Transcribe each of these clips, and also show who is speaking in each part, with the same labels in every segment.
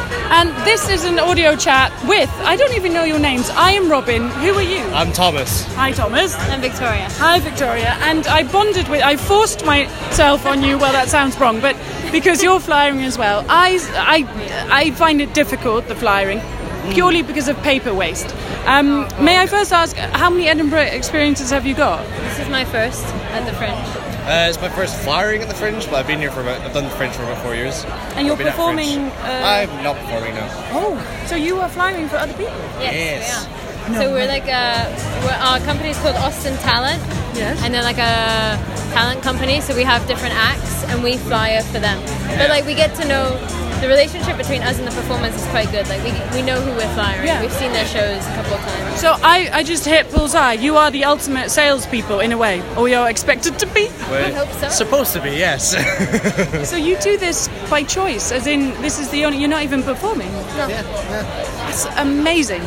Speaker 1: And this is an audio chat with, I don't even know your names. I am Robin. Who are you?
Speaker 2: I'm Thomas.
Speaker 1: Hi, Thomas.
Speaker 3: I'm Victoria.
Speaker 1: Hi, Victoria. And I bonded with, I forced myself on you. Well, that sounds wrong, but because you're flying as well. I, I, I find it difficult, the flying, purely because of paper waste. Um, may I first ask, how many Edinburgh experiences have you got?
Speaker 3: This is my first at the Fringe.
Speaker 2: Uh, it's my first flying at the Fringe, but I've been here for about, I've done the Fringe for about four years.
Speaker 1: And you're
Speaker 2: I've been at Fringe.
Speaker 1: performing. Uh,
Speaker 2: I'm not performing now.
Speaker 1: oh, so you are flying for other people?
Speaker 2: Yes.
Speaker 3: Yes. we are. So we're like a we're, our company is called Austin Talent,
Speaker 1: Yes.
Speaker 3: and they're like a talent company. So we have different acts, and we fly for them. But like we get to know the relationship between us and the performance is quite good. Like we, we know who we're flying.
Speaker 1: Yeah.
Speaker 3: We've seen their shows a couple of times.
Speaker 1: So I, I just hit bullseye. You are the ultimate salespeople in a way, or you're expected to be.
Speaker 2: We're
Speaker 3: hope so.
Speaker 2: Supposed to be, yes.
Speaker 1: So you do this by choice, as in this is the only. You're not even performing.
Speaker 3: No.
Speaker 1: That's amazing.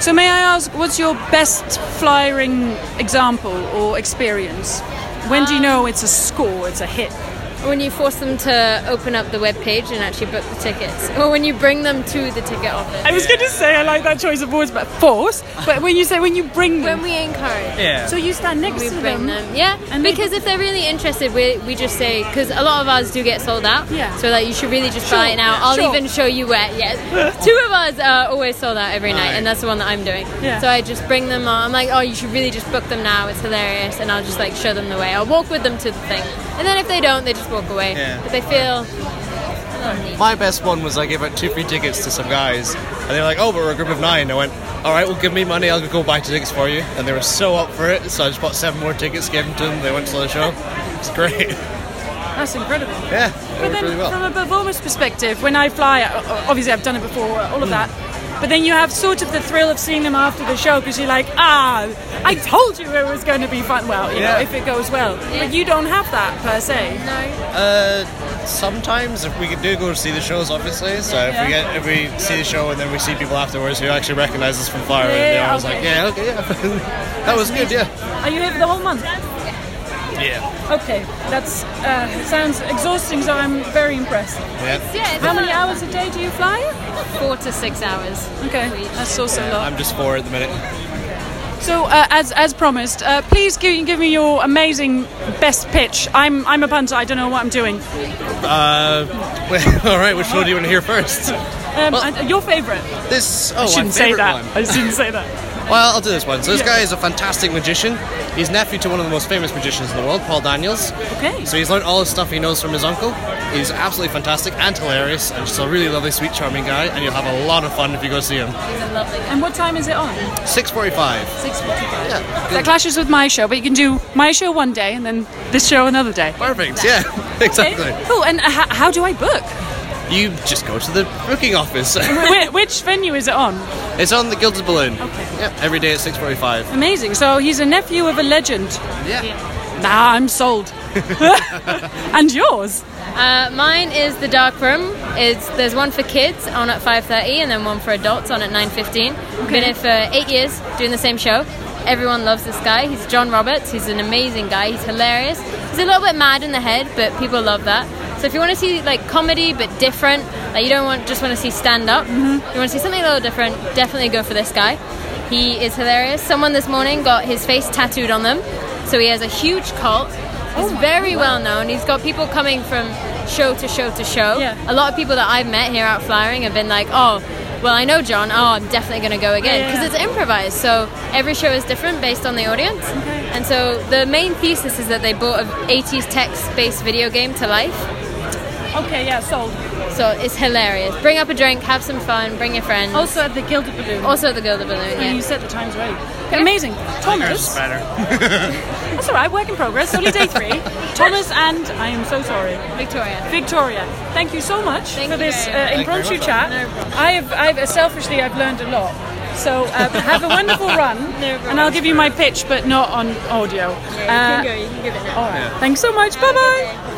Speaker 1: so may I ask, what's your best flying example or experience? When do you know it's a score, it's a hit?
Speaker 3: When you force them to open up the web page and actually book the tickets, or when you bring them to the ticket office.
Speaker 1: I was going to say I like that choice of words, but force. But when you say when you bring
Speaker 3: When
Speaker 1: them,
Speaker 3: we encourage.
Speaker 2: yeah.
Speaker 1: so you stand next
Speaker 3: we
Speaker 1: to
Speaker 3: bring them. Yeah,
Speaker 1: And they-
Speaker 3: because if they're really interested, we, we just say because a lot of ours do get sold out.
Speaker 1: Yeah.
Speaker 3: So like you should really just buy
Speaker 1: Sure,
Speaker 3: it now. I'll
Speaker 1: sure.
Speaker 3: even show you where. Yes. Two of ours are always sold out every night,
Speaker 2: Alright.
Speaker 3: and that's the one that I'm doing.
Speaker 1: Yeah.
Speaker 3: So I just bring them on. I'm like, oh, you should really just book them now. It's hilarious, and I'll just like show them the way. I'll walk with them to the thing, and then if they don't, they just walk away.
Speaker 2: Yeah.
Speaker 3: But they feel.
Speaker 2: My best one was I gave out two free tickets to some guys, and they were like, "Oh, but we're a group of nine. I went, "All right, well, give me money. I'll go buy tickets for you." And they were so up for it, so I just bought seven more tickets, gave them to them. They went to the show. It's great.
Speaker 1: That's incredible.
Speaker 2: Yeah, it
Speaker 1: But
Speaker 2: worked
Speaker 1: then,
Speaker 2: really well.
Speaker 1: from a performance perspective, when I fly, o- o- obviously I've done it before, all of that. But then you have sort of the thrill of seeing them after the show because you're like, ah, I told you it was going to be fun. Well, you
Speaker 2: Yeah.
Speaker 1: know, if it goes well. But you don't have that per se.
Speaker 3: No.
Speaker 2: Uh, sometimes if we do go to see the shows, obviously. So if we get if we see the show and then we see people afterwards who actually recognise us from Fire,
Speaker 1: Yeah,
Speaker 2: and they're always
Speaker 1: okay.
Speaker 2: like, yeah, okay, yeah, that was good, yeah,
Speaker 1: Are you here for the whole month?
Speaker 2: yeah,
Speaker 1: Okay, that's uh, sounds exhausting, so I'm very impressed.
Speaker 2: yeah.
Speaker 3: Yeah. It's
Speaker 1: How many
Speaker 3: about
Speaker 1: hours a day do you fly?
Speaker 3: Four to six hours.
Speaker 1: Okay,
Speaker 3: for each.
Speaker 1: that's also a lot.
Speaker 2: I'm just four at the minute.
Speaker 1: So, uh, as as promised, uh, please give, give me your amazing best pitch. I'm I'm a punter. I don't know what I'm doing.
Speaker 2: All right, which show do you want to hear first?
Speaker 1: Um, I- your favorite?
Speaker 2: This oh,
Speaker 1: I
Speaker 2: my
Speaker 1: shouldn't say
Speaker 2: favorite
Speaker 1: that.
Speaker 2: one.
Speaker 1: I shouldn't say that.
Speaker 2: Well, I'll do this one. So this
Speaker 1: Yeah.
Speaker 2: guy is a fantastic magician. He's nephew to one of the most famous magicians in the world, Paul Daniels.
Speaker 1: Okay.
Speaker 2: So he's learned all the stuff he knows from his uncle. He's absolutely fantastic and hilarious, and just a really lovely, sweet, charming guy. And you'll have a lot of fun if you go see him.
Speaker 3: He's a lovely guy.
Speaker 1: And what time is it on?
Speaker 2: Six forty-five.
Speaker 3: Six forty-five.
Speaker 1: That clashes with my show, but you can do my show one day and then this show another day.
Speaker 2: Perfect. Yeah. Exactly.
Speaker 1: Okay, Cool. And uh, h- how do I book?
Speaker 2: You just go to the booking office.
Speaker 1: Wh- which venue is it on?
Speaker 2: it's on the Gilded Balloon.
Speaker 1: Okay.
Speaker 2: Yep. Every day at six forty-five.
Speaker 1: Amazing. So he's a nephew of a legend.
Speaker 2: Yeah.
Speaker 1: Nah, I'm sold. and yours?
Speaker 3: Uh, mine is the dark room. It's there's one for kids on at 5:30, and then one for adults on at 9:15. Been here for eight years doing the same show. Everyone loves this guy. He's John Roberts. He's an amazing guy. He's hilarious. He's a little bit mad in the head, but people love that. So if you want to see like comedy but different, like you don't want just want to see stand up. You want to see something a little different. Definitely go for this guy. He is hilarious. Someone this morning got his face tattooed on them, so he has a huge cult.
Speaker 1: Oh
Speaker 3: He's very well known. He's got people coming from show to show to show.
Speaker 1: Yeah.
Speaker 3: A lot of people that I've met here out flying have been like, oh, well, I know John. Oh, I'm definitely going to go
Speaker 1: Yeah,
Speaker 3: again.
Speaker 1: yeah,
Speaker 3: Because
Speaker 1: yeah.
Speaker 3: it's improvised. So every show is different based on the audience. And so the main thesis is that they brought an 80s text based video game to life.
Speaker 1: Okay, yeah, sold.
Speaker 3: So it's hilarious. Bring up a drink, have some fun, bring your friends.
Speaker 1: Also at the Gilded Balloon.
Speaker 3: also the Girl the Balloon.
Speaker 1: And
Speaker 3: Yeah.
Speaker 1: you said the time's right. Amazing. Thomas.
Speaker 2: Better.
Speaker 1: That's all right, work in progress. Only day three. Thomas and I am so sorry.
Speaker 3: Victoria.
Speaker 1: Victoria, thank you so much
Speaker 3: Thank
Speaker 1: for
Speaker 3: you
Speaker 1: this
Speaker 3: very
Speaker 1: uh,
Speaker 3: much.
Speaker 1: impromptu
Speaker 2: Thank you very
Speaker 1: chat.
Speaker 2: much.
Speaker 3: No problem.
Speaker 1: I have, I've selfishly, I've learned a lot. So uh, have a wonderful run,
Speaker 3: problem.
Speaker 1: and I'll give you my pitch, but not on audio.
Speaker 3: you can
Speaker 1: Uh,
Speaker 3: go, you can give it now.
Speaker 1: all right. Thanks so much. Bye bye.